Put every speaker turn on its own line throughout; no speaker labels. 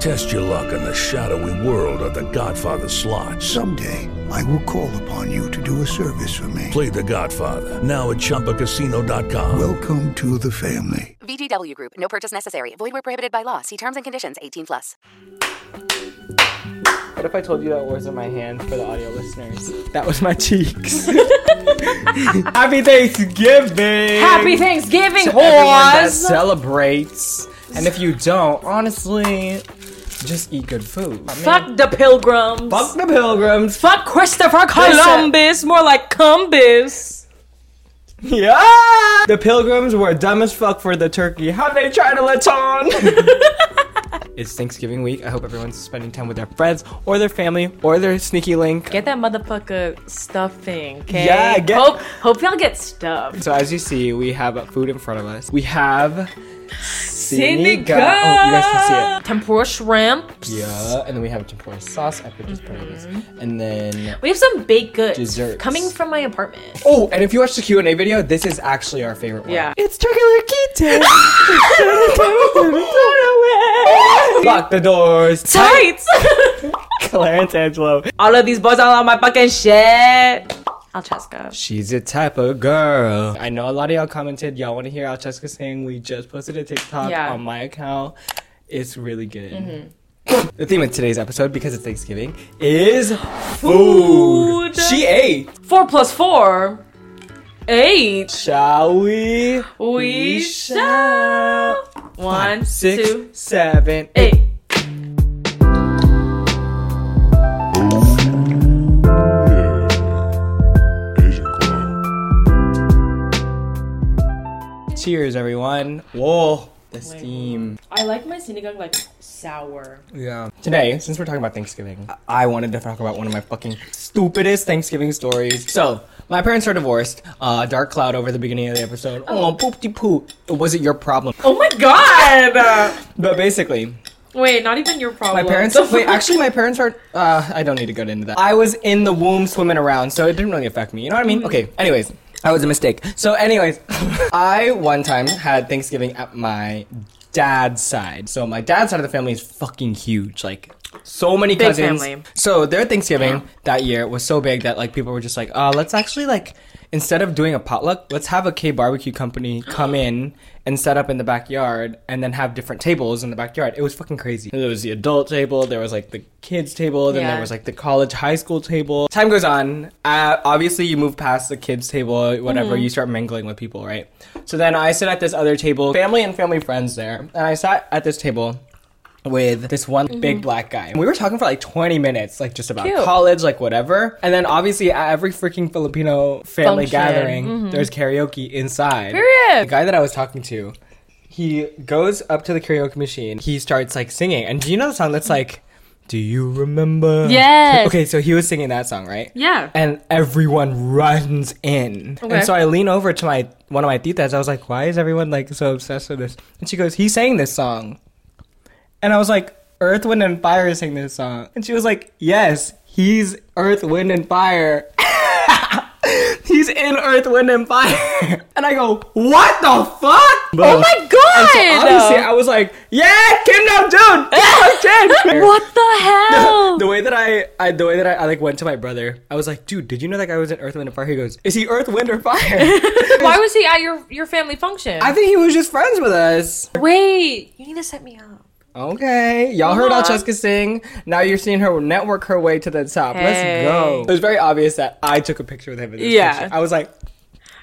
Test your luck in the shadowy world of The Godfather slot.
Someday, I will call upon you to do a service for me.
Play The Godfather now at ChumbaCasino.com.
Welcome to the family.
VGW Group. No purchase necessary. Void where prohibited by law. See terms and conditions. 18 plus.
What if I told you that wasn't my hand for the audio listeners? That was my cheeks. Happy Thanksgiving!
Happy Thanksgiving,
to everyone that
whores!
celebrates. And if you don't, honestly, just eat good food. I mean,
Fuck the pilgrims.
fuck the pilgrims.
Fuck Christopher Columbus. More like Cumbus.
Yeah! The pilgrims were dumb as fuck for the turkey. How they try to let on? it's Thanksgiving week. I hope everyone's spending time with their friends or their family or their sneaky link.
Get that motherfucker stuffing, okay?
Yeah, get-
Hope, hope y'all get stuffed.
So as you see, we have food in front of us. We have sinigang.
Sinigang.
Oh, you guys can see it.
Tempura shrimp.
Yeah, and then we have tempura sauce. I put just put it in this. And then
We have some baked goods
Desserts.
coming from my apartment.
oh, and if you watch the Q and A video, this is actually our favorite one.
Yeah.
it's turkey kitten. Lock the doors.
Tights.
Clarence Angelo.
all of these boys all on my fucking shit. Alchesca.
She's a type of girl. I know a lot of y'all commented. Y'all want to hear Alcheska saying we just posted a TikTok
Yeah.
on my account. It's really good.
Mm-hmm.
the theme of today's episode, because it's Thanksgiving, is food.
Food.
She ate.
Four plus four. Eight.
Shall we?
We shall. One,
Six,
two,
seven, eight.
eight.
Cheers, everyone. Whoa. The steam.
I like my sinigang like sour.
Yeah. Today, since we're talking about Thanksgiving, I I wanted to talk about one of my fucking stupidest Thanksgiving stories. So, my parents are divorced. Uh, dark cloud over the beginning of the episode. Oh, poop de poo. It wasn't your problem.
Oh my god!
But basically,
Wait, not even your problem.
my parents. wait, actually, my parents aren't. Uh, I don't need to go into that. I was in the womb swimming around, so it didn't really affect me. You know what I
Mm.
mean? Okay. Anyways, that was a mistake. So, anyways, I one time had Thanksgiving at my dad's side. So my dad's side of the family is fucking huge. Like. So many
Big
cousins.
family.
So their Thanksgiving that year was so big that like people were just like, uh, let's actually like instead of doing a potluck, let's have a K barbecue company come in and set up in the backyard and then have different tables in the backyard. It was fucking crazy. There was the adult table, there was like the kids table, then
Yeah.
there was like the college high school table. Time goes on. Uh, obviously you move past the kids table, whatever, you start mingling with people, right? So then I sit at this other table, family and family friends there. And I sat at this table with this one big black guy. And we were talking for like 20 minutes, like just about
Mm-hmm. Cute.
college, like whatever. And then obviously at every freaking Filipino family
Function. Mm-hmm.
gathering, there's karaoke inside.
Period.
The guy that I was talking to, he goes up to the karaoke machine. He starts like singing. And do you know the song that's like, do you remember?
Yes.
Okay, so he was singing that song, right?
Yeah.
And everyone runs in. And
Okay.
so I lean over to my one of my titas. I was like, "Why is everyone like so obsessed with this?" And she goes, "He sang this song." And I was like, "Earth, Wind, and Fire sang this song." And she was like, "Yes, he's Earth, Wind, and Fire." he's in Earth, Wind, and Fire. And I go, "What the fuck?"
Oh my god!
Obviously, I was like, "Yeah, Kim Nam Jun, Kim Nam Jun."
Oh, what the hell?
the way that I, I the way that I, I like went to my brother, I was like, dude, did you know that guy was in Earth, Wind, and Fire? He goes, is he Earth, Wind, or Fire?
Why was he at your your family function?
I think he was just friends with us.
Wait, you need to set me up.
Okay, y'all heard
Mom.
Alcheska sing. Now you're seeing her network her way to the top.
Hey.
Let's go. It was very obvious that I took a picture with him. In this
Yeah.
picture. I was like,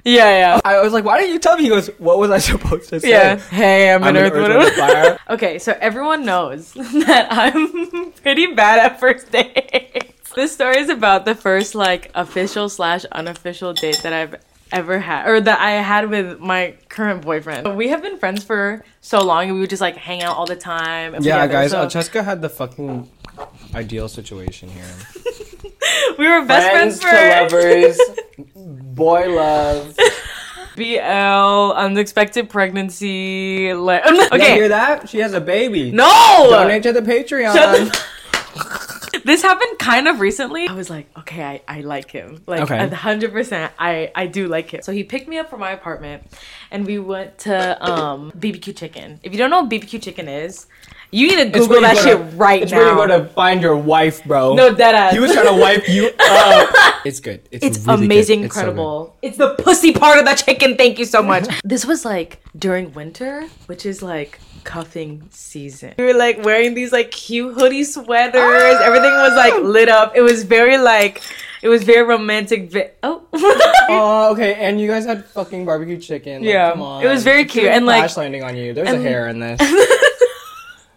yeah, yeah.
I was like, why didn't you tell me? He goes, what was I supposed to say?
Yeah. Hey, I'm,
I'm
an
an
Earth,
Earth,
Wind,
Wind,
and
Fire.
okay, so everyone knows that I'm pretty bad at first dates. This story is about the first like official slash unofficial date that I've ever had, or that I had with my current boyfriend. We have been friends for so long, and we would just like hang out all the time. and
Yeah,
together,
guys,
so-
uh, Jessica had the fucking ideal situation here.
we were best friends, for
lovers, boy love.
BL, unexpected pregnancy. Like,
Okay, hear
okay,
that? She has a baby.
no.
donate to the Patreon.
Shut this happened kind of recently. I was like, okay, I, I like him. Like
Okay.
a hundred percent, I I do like him. So he picked me up from my apartment, and we went to um BBQ Chicken. If you don't know what BBQ Chicken is, you need to Google
where you
that
go
shit
to-
right
it's
now.
where you go to find your wife, bro.
no dead ass.
he was trying to wipe you up. It's good. It's,
It's
really good.
amazing,
It's so good.
incredible. It's, the pussy part of the chicken. Thank you so much. this was like during winter, which is like cuffing season. We were like wearing these like cute hoodie sweaters. Everything was like lit up. It was very like, it was very romantic. Vi- oh.
Oh, okay. And you guys had fucking barbecue chicken. Like,
Yeah.
come on.
It was very cute, and, like-
crash landing on you. There's a hair in this.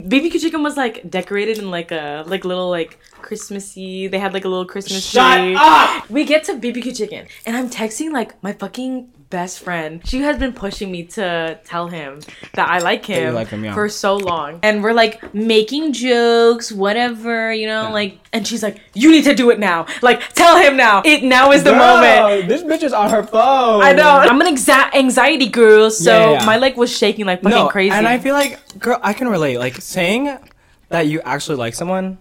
BBQ chicken was like decorated in like a like little like Christmassy. They had like a little Christmas tree.
up!
We get to BBQ chicken, and I'm texting like my fucking best friend. She has been pushing me to tell him that I like him,
like him, yeah.
for so long, and we're like making jokes, whatever, you know, like. And she's like, "You need to do it now. Like, tell him now. It now is the moment."
Bro, This bitch is on her phone.
I know. I'm an exa- anxiety girl, so
Yeah, yeah, yeah.
my leg was shaking like fucking
No,
crazy.
and I feel like, girl, I can relate. Like saying that you actually like someone.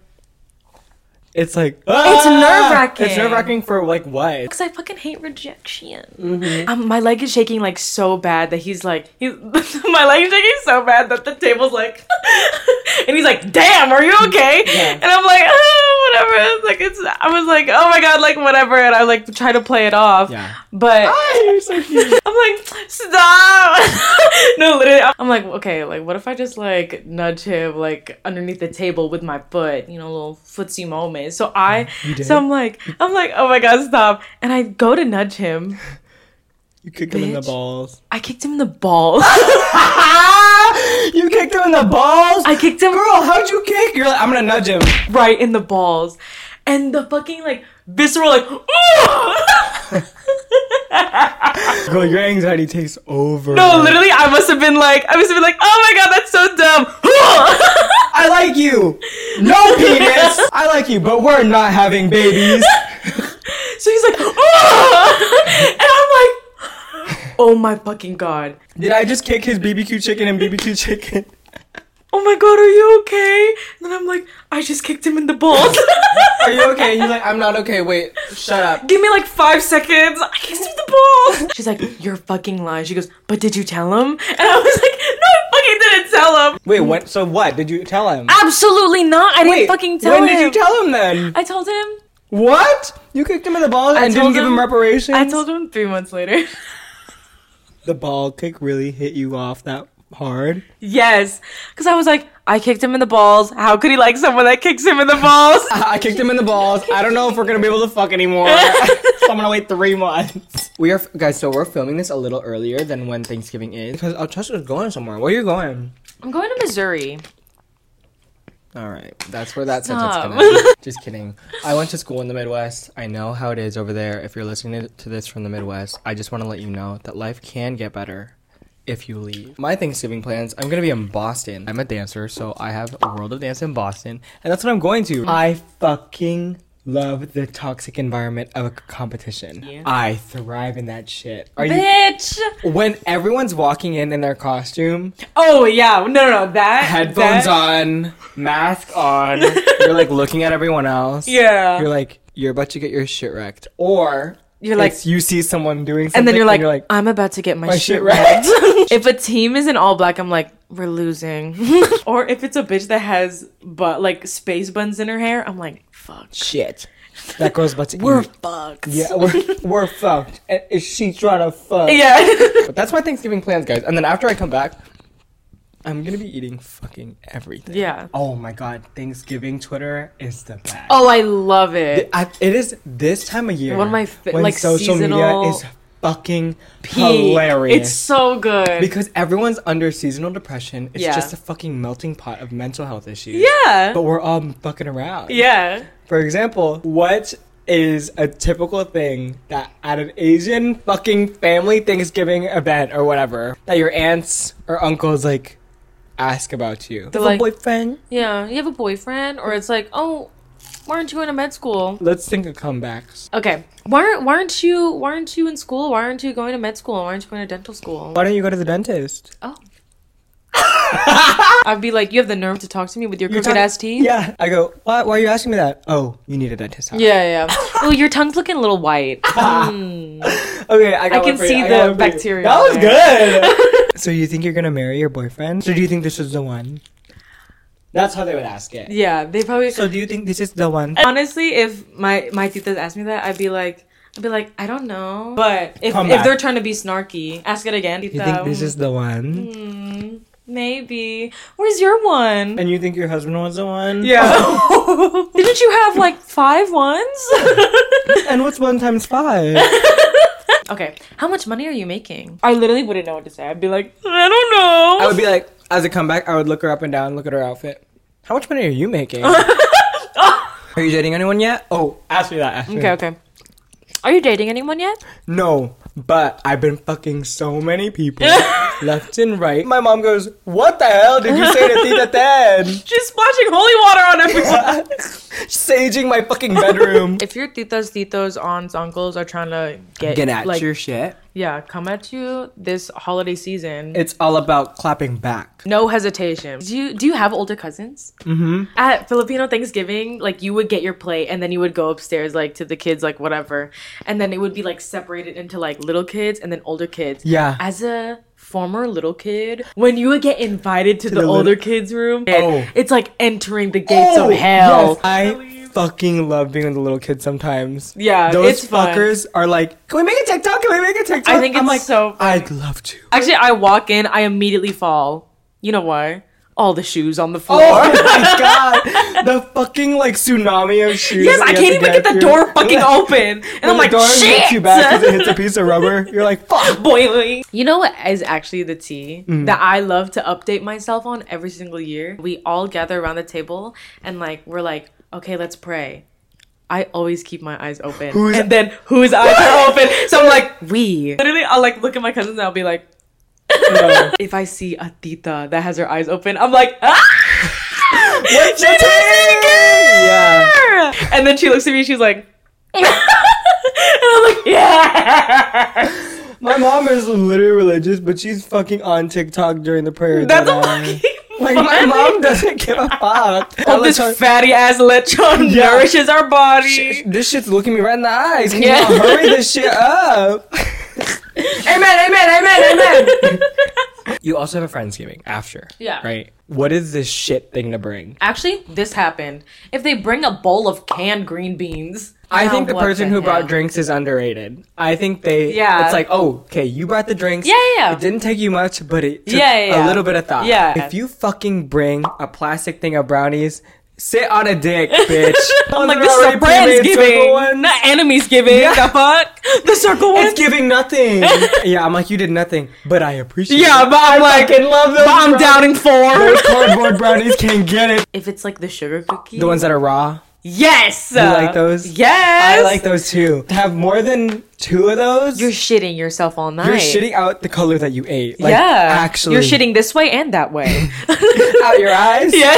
It's like
It's
ah!
nerve-wracking.
It's nerve wracking for like what?
because I fucking hate rejection.
Mm-hmm.
Um, my leg is shaking like so bad that he's like, he, my leg is shaking so bad that the table's like, and he's like, "Damn, are you okay?" And I'm like, oh, whatever. It's like it's, I was like, oh my god, like whatever, and I like try to play it off,
Yeah.
but.
You're so cute.
I'm like, stop! no, literally, I'm like, okay, like, what if I just like nudge him like underneath the table with my foot, you know, little footsie moment. So I, so I'm like, I'm like, oh my god, stop! And I go to nudge him.
You kicked him in the
Bitch.
balls.
I kicked him in the balls.
You kicked him in the balls.
I kicked him
Girl, how'd you kick? You're like, I'm gonna nudge him.
right in the balls, and the fucking like visceral like.
Girl, your anxiety takes over.
no, literally, I must have been like, I must have been like, oh my god, that's so dumb.
I like you. No penis. I like you, but we're not having babies.
So he's like, "Ah!" and I'm like, oh my fucking god.
Did I just kick his BBQ chicken and BBQ chicken?
Oh my god, are you okay? And then I'm like, I just kicked him in the balls.
Are you okay? He's like, I'm not okay. Wait, shut up.
Give me like five seconds. I kicked him in the balls. She's like, you're fucking lying. She goes, but did you tell him? And I was like, no, I fucking didn't tell him.
Wait, what? So what? Did you tell him?
Absolutely not. I didn't
Wait,
fucking tell
when
him.
did you tell him then?
I told him.
What? You kicked him in the balls
I
and didn't
told
give
him-
him reparations?
I told him three months later.
The ball kick really hit you off that hard.
yes. Because I was like, I kicked him in the balls. How could he like someone that kicks him in the balls?
I kicked him in the balls. I don't know if we're gonna be able to fuck anymore. so I'm gonna wait three months. We are guys, so we're filming this a little earlier than when Thanksgiving is because Alchester's going somewhere. Where you going?
I'm going to Missouri.
All right, that's where that
Stop.
sentence connects. Just kidding. I went to school in the Midwest. I know how it is over there. If you're listening to this from the Midwest, I just want to let you know that life can get better if you leave. My Thanksgiving plans, I'm going to be in Boston. I'm a dancer, so I have a World of Dance in Boston, and that's what I'm going to. I fucking love the toxic environment of a competition. I thrive in that shit. Are you
Bitch.
when everyone's walking in in their costume,
Oh yeah, no, no, no that
headphones
that-
on, mask on. You're like looking at everyone else.
Yeah.
You're like, you're about to get your shit wrecked. Or
You're like-
it's- you see someone doing something
and then you're like, "Oh, I'm about to get my,
my
shit
shit
right.
wrecked.
if a team is in all black, I'm like, we're losing. or if it's a bitch that has but like space buns in her hair, I'm like, fuck,
shit. That girl's about to
we're
eat.
fucked.
Yeah, we're, we're fucked. And is she trying to fuck?
Yeah.
But that's my Thanksgiving plans, guys. And then after I come back, I'm gonna be eating fucking everything.
Yeah.
Oh my god, Thanksgiving Twitter is the best.
Oh, I love it.
I, it is this time of year.
One of my fa-
when
like,
social media
seasonal-
is fucking
peak.
hilarious.
It's so good.
because everyone's under seasonal depression. It's
Yeah.
just a fucking melting pot of mental health issues.
yeah.
But we're all fucking around.
yeah.
For example, what is a typical thing that at an Asian fucking family Thanksgiving event or whatever that your aunts or uncles like ask about you?
They're like-
boyfriend.
Yeah. You have a boyfriend? Or it's like, oh, weren't you in a med school?
Let's think of comebacks.
Okay. Why aren't, why aren't you why aren't you in school? Why aren't you going to med school? Why aren't you going to dental school?
Why don't you go to the dentist?
Oh. I'd be like, you have the nerve to talk to me with your crooked ass teeth?
Yeah. I go, why, why are you asking me that? Oh, you need a dentist. huh?"
Yeah, yeah. oh, your tongue's looking a little white.
Okay, I, got
I
one
can
for you,
see
I got
the
one for you.
bacteria
That was
on
good. so you think you're gonna marry your boyfriend? So do you think this is the one? That's how they would ask it.
yeah, they probably.
So do you think this is the one?
Honestly, if my my titas asked me that, I'd be like, I'd be like, I don't know. But if,
Come
if
back.
they're trying to be snarky, ask it again.
You think
Um,
this is the one?
maybe? Where's your one?
And you think your husband was the one?
hmm. Yeah. Didn't you have like five ones?
And what's one times five?
okay. How much money are you making? I literally wouldn't know what to say. I'd be like, I don't know.
I would be like, as a comeback, I would look her up and down, look at her outfit. How much money are you making? are you dating anyone yet? Oh, ask me that. ask me
okay,
that.
okay. Are you dating anyone yet?
No, but I've been fucking so many people left and right. My mom goes, "What the hell did you say to Tita Ted?"
She's splashing holy water on everyone.
Saging my fucking bedroom.
if your titas, titos, aunts, uncles are trying to get, like,
shit.
yeah, come at you this holiday season.
It's all about clapping back.
no hesitation. Do you do you have older cousins? Mm-hmm. At Filipino Thanksgiving, like you would get your plate and then you would go upstairs like to the kids, like whatever, and then it would be like separated into like little kids and then older kids.
Yeah.
As a former little kid, when you would get invited to, the,
the
older
little-
kids room,
Oh.
it's like entering the gates
Oh,
of hell.
yes, I fucking love being with the little kids sometimes.
Yeah,
those
it's fun.
fuckers are like, "Can we make a TikTok? Can we make a TikTok?"
I think
I'm
it's
like,
so funny.
I'd love to.
Actually, I walk in, I immediately fall. You know why? All the shoes on the floor.
Oh my god, the fucking like tsunami of shoes.
yes,
that
I
you
can't
have to
even get the
through.
door fucking open, and
When
I'm like,
the door
shit.
hits you back 'cause it hits a piece of rubber. You're like, fuck.
boiling. You know what is actually the tea
Mm.
that I love to update myself on every single year? We all gather around the table and like we're like, okay, let's pray. I always keep my eyes open.
Whose-
and then whose eyes are open? So I'm like, we. Literally, I'll like look at my cousins and I'll be like, if I see a tita that has her eyes open, I'm like, ah! She does
Yeah.
it again! And then she looks at me, she's like, and I'm like, yeah.
My mom is literally religious, but she's fucking on TikTok during the prayer.
That's a
that I-
fucking.
Like my mom doesn't give a fuck. I
Hope
let
this
her-
fatty ass lechon
Yeah.
nourishes our body.
Sh- this shit's looking me right in the eyes. Can
Yeah.
you hurry this shit up?
amen, amen, amen, amen.
You also have a Friendsgiving after.
Yeah.
Right? What is this shit thing to bring?
Actually, this happened. If they bring a bowl of canned green beans,
I
Now
think the
what
person who
hell?
brought drinks is underrated. I think they.
Yeah.
It's like, oh, okay, you brought the drinks.
Yeah, yeah, yeah.
It didn't take you much, but it took
Yeah, yeah, yeah.
a little bit of thought.
Yeah.
If you fucking bring a plastic thing of brownies, sit on a dick, bitch. Those
I'm like,
are
this is a
already pre-made
brand's
circle
giving,
ones.
not enemies giving.
Yeah.
The fuck, the circle ones.
It's giving nothing. yeah, I'm like, you did nothing, but I appreciate
yeah,
it.
but I'm like,
fucking love those
but I'm
brownies.
downing four.
Those cardboard brownies can't get it.
If it's like the sugar cookie,
The ones that are raw.
yes, you
like those?
Yes,
I like those too. To have more than two of those,
You're shitting yourself all night.
you're shitting out the color that you ate. Like,
yeah,
actually,
you're shitting this way and that way.
out your eyes.
yeah.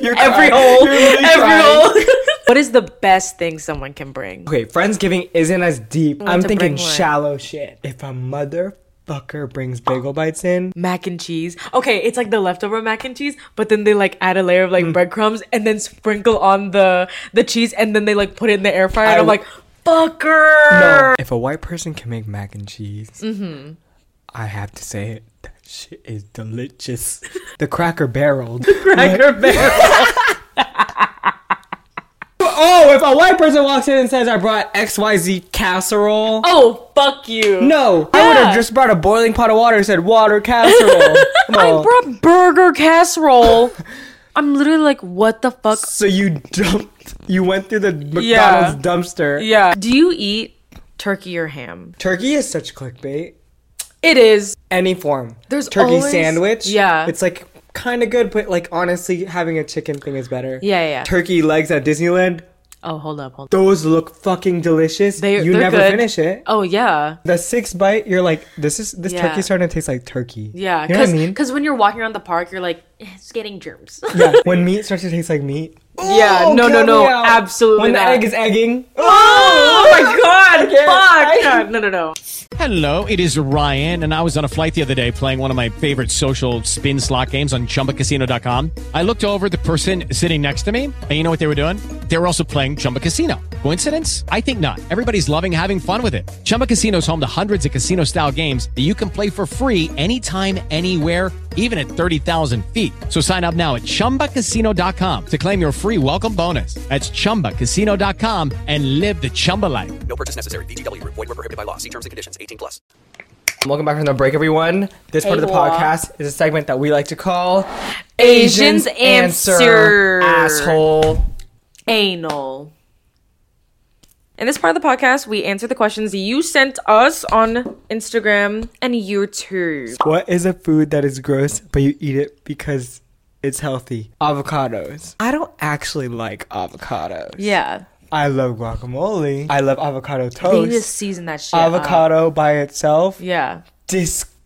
You're
every
crying.
hole,
You're literally
every
crying.
hole. what is the best thing someone can bring?
Okay, Friendsgiving isn't as deep. I'm
to
thinking
bring one.
shallow shit. If a motherfucker brings bagel bites in,
Mac and cheese. Okay, it's like the leftover mac and cheese, but then they like add a layer of like
Hmm.
breadcrumbs and then sprinkle on the the cheese, and then they like put it in the air fryer. and
I
I'm
w-
like, fucker.
if a white person can make mac and cheese, I have to say it. That shit is delicious. the Cracker Barrel.
Cracker Barrel.
oh, if a white person walks in and says, "I brought X Y Z casserole."
Oh fuck you.
No, I would have just brought a boiling pot of water and said water casserole. Come
I
on.
brought burger casserole. I'm literally like, what the fuck?
so you dumped, you went through the McDonald's
Yeah.
dumpster.
Yeah. Do you eat turkey or ham.
Turkey is such clickbait.
It is.
Any form.
There's
turkey
always-
sandwich.
Yeah.
It's like kind of good, but like honestly, having a chicken thing is better.
Yeah, yeah, yeah.
Turkey legs at Disneyland.
Oh, hold up, hold up.
Those look fucking delicious.
They-
you
they're
never
good.
finish it.
Oh yeah,
The sixth bite, you're like, this is this
Yeah.
turkey's starting to taste like turkey.
yeah.
You know what I
Because
mean?
when you're walking around the park, you're like, "Eh, it's getting germs.
yeah. When meat starts to taste like meat.
yeah,
Oh,
no, no,
count
no,
me out.
absolutely
When the
not.
egg is egging.
oh my
I-
god, fuck! God, No, no, no.
Hello, it is Ryan, and I was on a flight the other day playing one of my favorite social spin slot games on chumbacasino.com. I looked over at the person sitting next to me, and you know what they were doing? They were also playing Chumba Casino. Coincidence? I think not. Everybody's loving having fun with it. Chumba Casino is home to hundreds of casino style games that you can play for free anytime, anywhere even at 30,000 feet. So sign up now at ChumbaCasino.com to claim your free welcome bonus. That's ChumbaCasino.com and live the Chumba life.
No purchase necessary. VGW Group. Void were prohibited by law. See terms and conditions. 18 plus.
Welcome back from the break, everyone. This part of the
Hey, wah.
podcast is a segment that we like to call
Asians Answer.
Asshole.
Anal. In this part of the podcast, we answer the questions you sent us on Instagram and YouTube.
What is a food that is gross, but you eat it because it's healthy? Avocados. I don't actually like avocados.
Yeah,
I love guacamole. I love avocado
they just
toast.
season that shit. up.
Avocado by itself.
Yeah.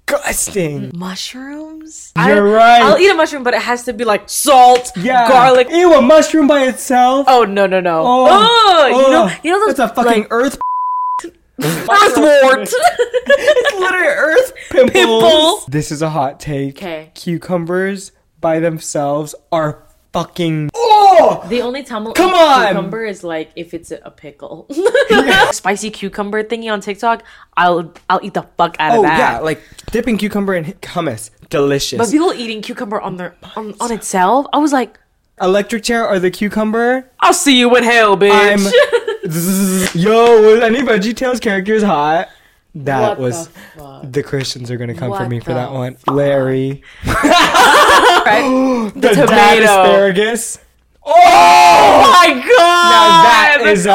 Disgusting.
Mushrooms?
You're
I,
right.
I'll eat a mushroom, but it has to be like salt,
Yeah.
garlic.
Ew, a mushroom by itself. Oh.
Oh no no no! Oh, you know you know those
It's a fucking
like,
earth.
earthwort.
literally earth pimples.
Pimples.
This is a hot take.
'Kay.
Cucumbers by themselves are fucking.
the only time I'll
Come
eat
on!
cucumber is like if it's a, a pickle, spicy cucumber thingy on TikTok. I'll I'll eat the fuck out
Oh
of that.
yeah, like dipping cucumber in hummus, delicious.
but people eating cucumber on their on, on itself, I was like,
Electric chair or the cucumber?
I'll see you in hell,
I'm.
bitch.
Zzz. Yo, any VeggieTales character is hot. That
What
was.
the
The, Christians are gonna come for
What
me for
the
that one. Larry,
Right?
the dad
tomato.
asparagus.
Oh my god! Ah,
That is a,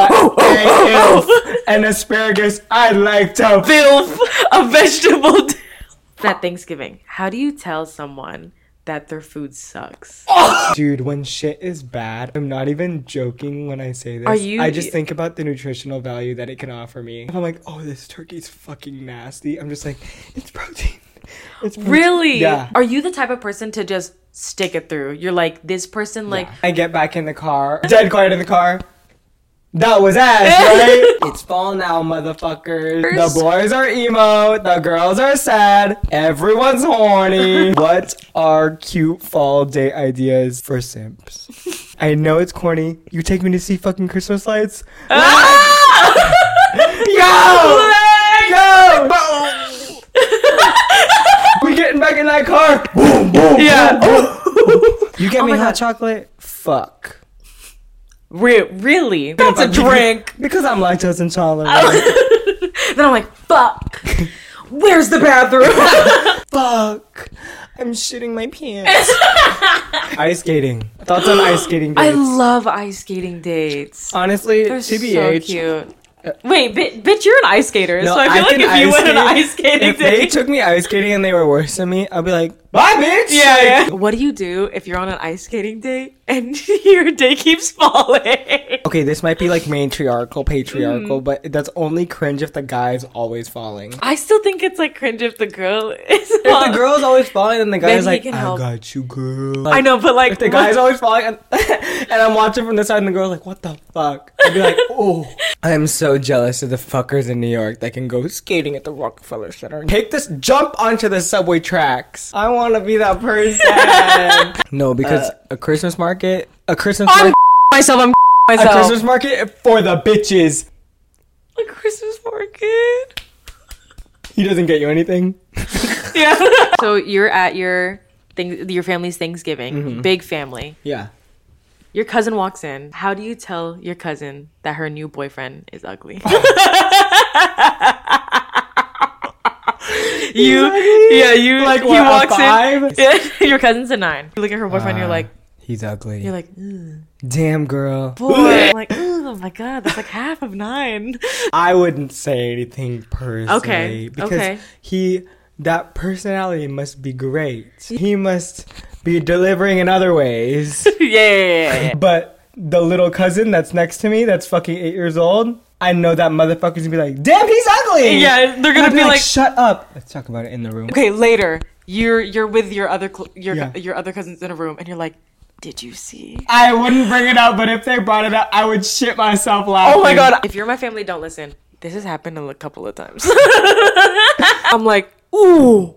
a- an asparagus I like to
filth, a vegetable. At Thanksgiving, how do you tell someone that their food sucks?
Dude, when shit is bad, I'm not even joking when I say this.
Are you-
I just think about the nutritional value that it can offer me. If I'm like, oh, this turkey's fucking nasty, I'm just like, it's protein. It's protein.
Really?
Yeah.
Are you the type of person to just stick it through? You're like this person, like
I get back in the car, dead quiet in the car. That was ass, right? it's fall now, motherfuckers. The boys are emo, the girls are sad, everyone's horny. what are cute fall day ideas for simps? I know it's corny. You take me to see fucking Christmas lights?
Uh,
Yo! Yo! we getting back in that car. Boom, boom.
Yeah. Oh
boom. you get me
my
hot
God.
chocolate? Fuck.
Re- really? That's a drink.
Because I'm lactose
Oh.
intolerant.
then I'm like, fuck. Where's the bathroom?
Fuck. I'm shitting my pants. ice skating. Thoughts on ice skating dates?
I love ice skating dates.
Honestly,
They're
TBH.
so cute. Wait, bi- bitch, you're an ice skater,
No,
so I feel like
can
if you went on an ice skating
if they
date,
took me ice skating and they were worse than me, I'd be like, bye, bitch.
Yeah, yeah. What do you do if you're on an ice skating date and your day keeps falling?
Okay, this might be like matriarchal, patriarchal,
Mm.
but that's only cringe if the guy's always falling.
I still think it's like cringe if the girl is.
If the girl's always falling, and the guy's
he
like, I
can help.
got you, girl.
I know, but like
If the guy's always falling, and, and I'm watching from the side, and the girl's like, what the fuck? I'd be like, oh. I'm so jealous of the fuckers in New York that can go skating at the Rockefeller Center. Take this, jump onto the subway tracks. I want to be that person. no, because a Christmas market, a Christmas
I'm
market,
myself, I'm
a
myself.
Christmas market for the bitches.
a Christmas market.
He doesn't get you anything.
Yeah. so you're at your thing, your family's Thanksgiving, big family.
Yeah.
Your cousin walks in. How do you tell your cousin that her new boyfriend is ugly? you, yeah, you.
Like,
he
what, a
walks
five?
in. Yeah, your cousin's a nine. You look at her boyfriend. you're like,
He's ugly.
you're like, "Ugh,
Damn, girl.
boy. I'm like, "Ugh, oh my god, that's like half of nine.
I wouldn't say anything personally. Because
okay.
he, that personality must be great. He must be delivering in other ways.
yeah, yeah, yeah, yeah.
but the little cousin that's next to me, that's fucking eight years old, I know that motherfucker's gonna be like, damn, he's ugly.
Yeah, they're gonna
I'd
be like-
shut up. Let's talk about it in the room.
Okay, later. You're you're with your other cl- your
Yeah.
your other cousins in a room, and you're like, "Did you see?"
I wouldn't bring it up, but if they brought it up, I would shit myself laughing.
Oh my god! If you're my family, don't listen. This has happened a couple of times. I'm like, ooh.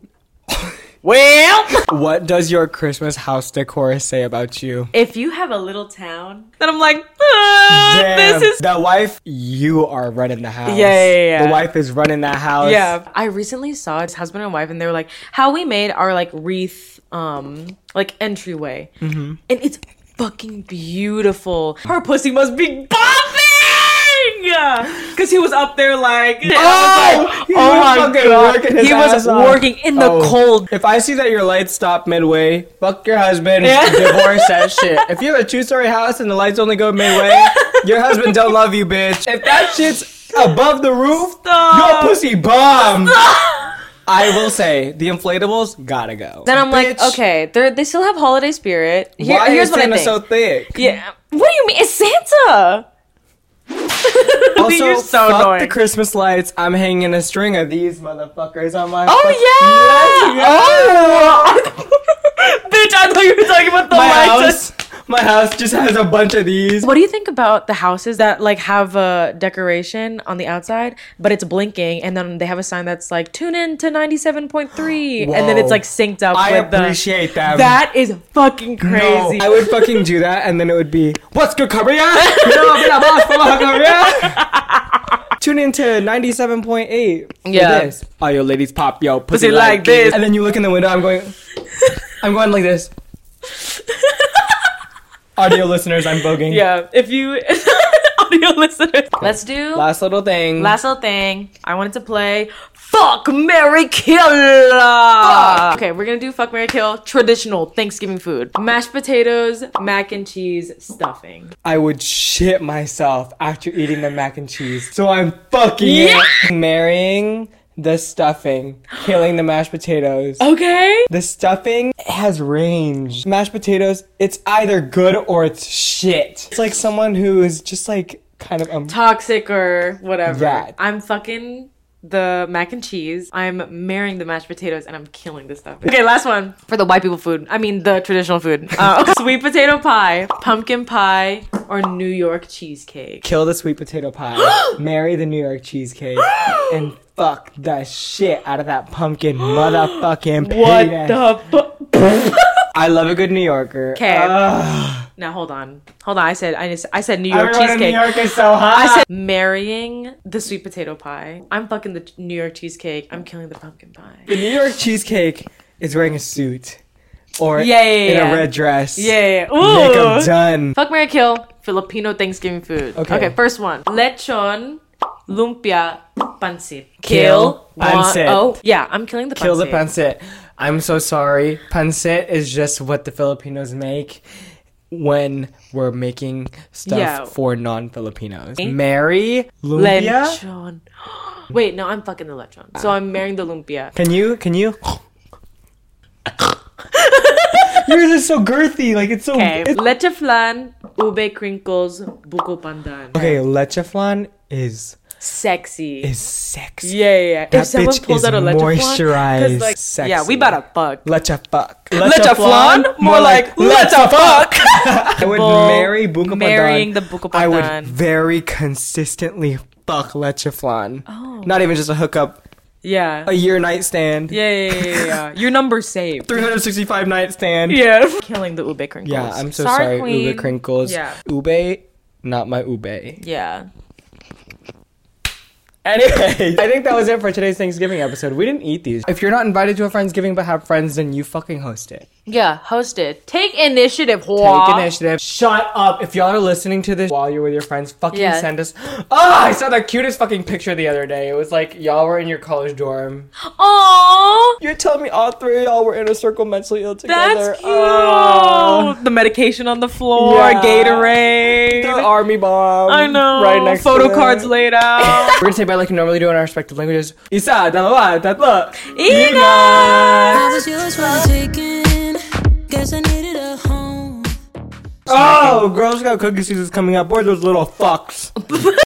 Well,
What does your Christmas house decor say about you?
if you have a little town, then I'm like, ah,
Damn,
this is
the wife. You are running the house.
Yeah, yeah, yeah.
The wife is running the house.
Yeah, I recently saw his husband and wife, and they were like, "How we made our like wreath, um, like entryway, and it's fucking beautiful. Her pussy must be bopping, because he was up there like, oh,
he
oh
was
my
fucking
god,
working his
he was
ass off.
working in the
Oh.
cold.
If I see that your lights stop midway, fuck your husband, divorce that shit. If you have a two-story house and the lights only go midway, your husband don't love you, bitch. If that shit's above the roof,
Stop.
your pussy
um,
bomb. I will say the inflatables gotta go.
Then I'm like,
Bitch,
okay, they they still have holiday spirit. Here-
why
here's
is
what I
Santa
think.
so thick?
yeah, what do you mean? It's Santa.
Also,
You're so
fuck
annoying.
the Christmas lights. I'm hanging a string of these motherfuckers on my.
Oh
fucking-
yeah! Oh, bitch! I thought you were talking about the
my
lights.
house. My house just has a bunch of these.
Oh What do you think about the houses that like have a decoration on the outside, but it's blinking, and then they have a sign that's like "Tune in to ninety-seven point three, and then it's like synced up
I
with the.
appreciate them.
That is fucking crazy.
No, I would fucking do that, and then it would be, "What's good, Korea? No, mira, vamos, vamos, Korea." Tune in to ninety-seven point eight.
Yeah.
This. All your ladies pop yo pussy,
Pussy like this.
and then you look in the window. I'm going, I'm going like this. Audio listeners, I'm voguing.
yeah, if you audio listeners, let's do
Last
last,
little thing.
little thing. I wanted to play fuck Mary Kill. Okay, we're gonna do fuck Mary Kill traditional Thanksgiving food: mashed potatoes, mac and cheese, stuffing.
I would shit myself after eating the mac and cheese. So I'm fucking it. marrying the stuffing, killing the mashed potatoes.
Okay.
The stuffing has range. Mashed potatoes, it's either good or it's shit. It's like someone who is just like kind of um,
toxic or whatever.
Yeah.
I'm fucking the mac and cheese. I'm marrying the mashed potatoes and I'm killing this stuff. Okay, last one for the white people food. I mean the traditional food. Uh, sweet potato pie, pumpkin pie, or New York cheesecake.
kill the sweet potato pie, marry the New York cheesecake, and fuck the shit out of that pumpkin motherfucking
What
payday.
the fuck?
I love a good New Yorker. Uh,
Okay.
Ugh,
Now hold on, hold on. I said I, just, I said New York
everyone in New
cheesecake.
York is so hot.
I said marrying the sweet potato pie. I'm fucking the New York cheesecake. I'm killing the pumpkin pie.
the New York cheesecake is wearing a suit or
Yeah, yeah,
in
yeah.
a red dress.
Yeah.
Makeup
Ooh.
done.
Fuck Mary Kill, Filipino Thanksgiving food. Okay.
Okay.
first one. Lechon, lumpia, pancit.
Kill
wa-
pancit.
Oh, yeah, I'm killing the
Kill the
pancit.
pancit. I'm so sorry. Pancit is just what the Filipinos make when we're making stuff
Yeah.
for non-Filipinos. Mary lumpia.
Lechon. Wait, no, I'm fucking the lechon. So I'm marrying the lumpia.
Can you? Can you? Yours is so girthy. Like it's so.
Okay.
it's-
Leche flan, ube crinkles, buko pandan.
okay. Lecheflan is
Sexy.
is sexy.
yeah, yeah, yeah.
That
if someone
bitch
pulls
is
out a leche flan, 'cause,
moisturized
like,
sexy.
yeah, we about to fuck.
Lechefuck.
Lecheflan? More like,
lechefuck. I would
Bull-
marry Bukapandan.
marrying the Bukapandan.
I would very consistently fuck lecheflan. Oh. Not even just a hookup,
Yeah.
a year nightstand,
Yeah, yeah, yeah, yeah, yeah. Your number's saved.
365 nightstand.
Yeah. Killing the ube crinkles.
Yeah, I'm so sorry,
queen.
Ube Crinkles.
Yeah.
Ube, not my Ube.
Yeah.
Anyway, I think that was it for today's Thanksgiving episode. We didn't eat these. If you're not invited to a Friendsgiving but have friends, then you fucking host it.
Yeah, host it. Take initiative.
Take
Hua.
initiative. Shut up. If y'all are listening to this while you're with your friends, fucking
Yeah.
send us. Ah, I saw the cutest fucking picture the other day. It was like y'all were in your college dorm.
Aww,
You're telling me all three of y'all were in a circle mentally ill together.
that's cute.
Ah.
The medication on the floor,
Yeah.
Gatorade.
The army bomb.
I know.
Right next
photo
to it.
cards laid out.
We're gonna say by like we normally do in our respective languages. Isa, dalawa, tatlo.
Ina.
I was yours for the taking. Guess I needed a home.
Oh, Girl Scout Cookie Season's coming up. Where are those little fucks?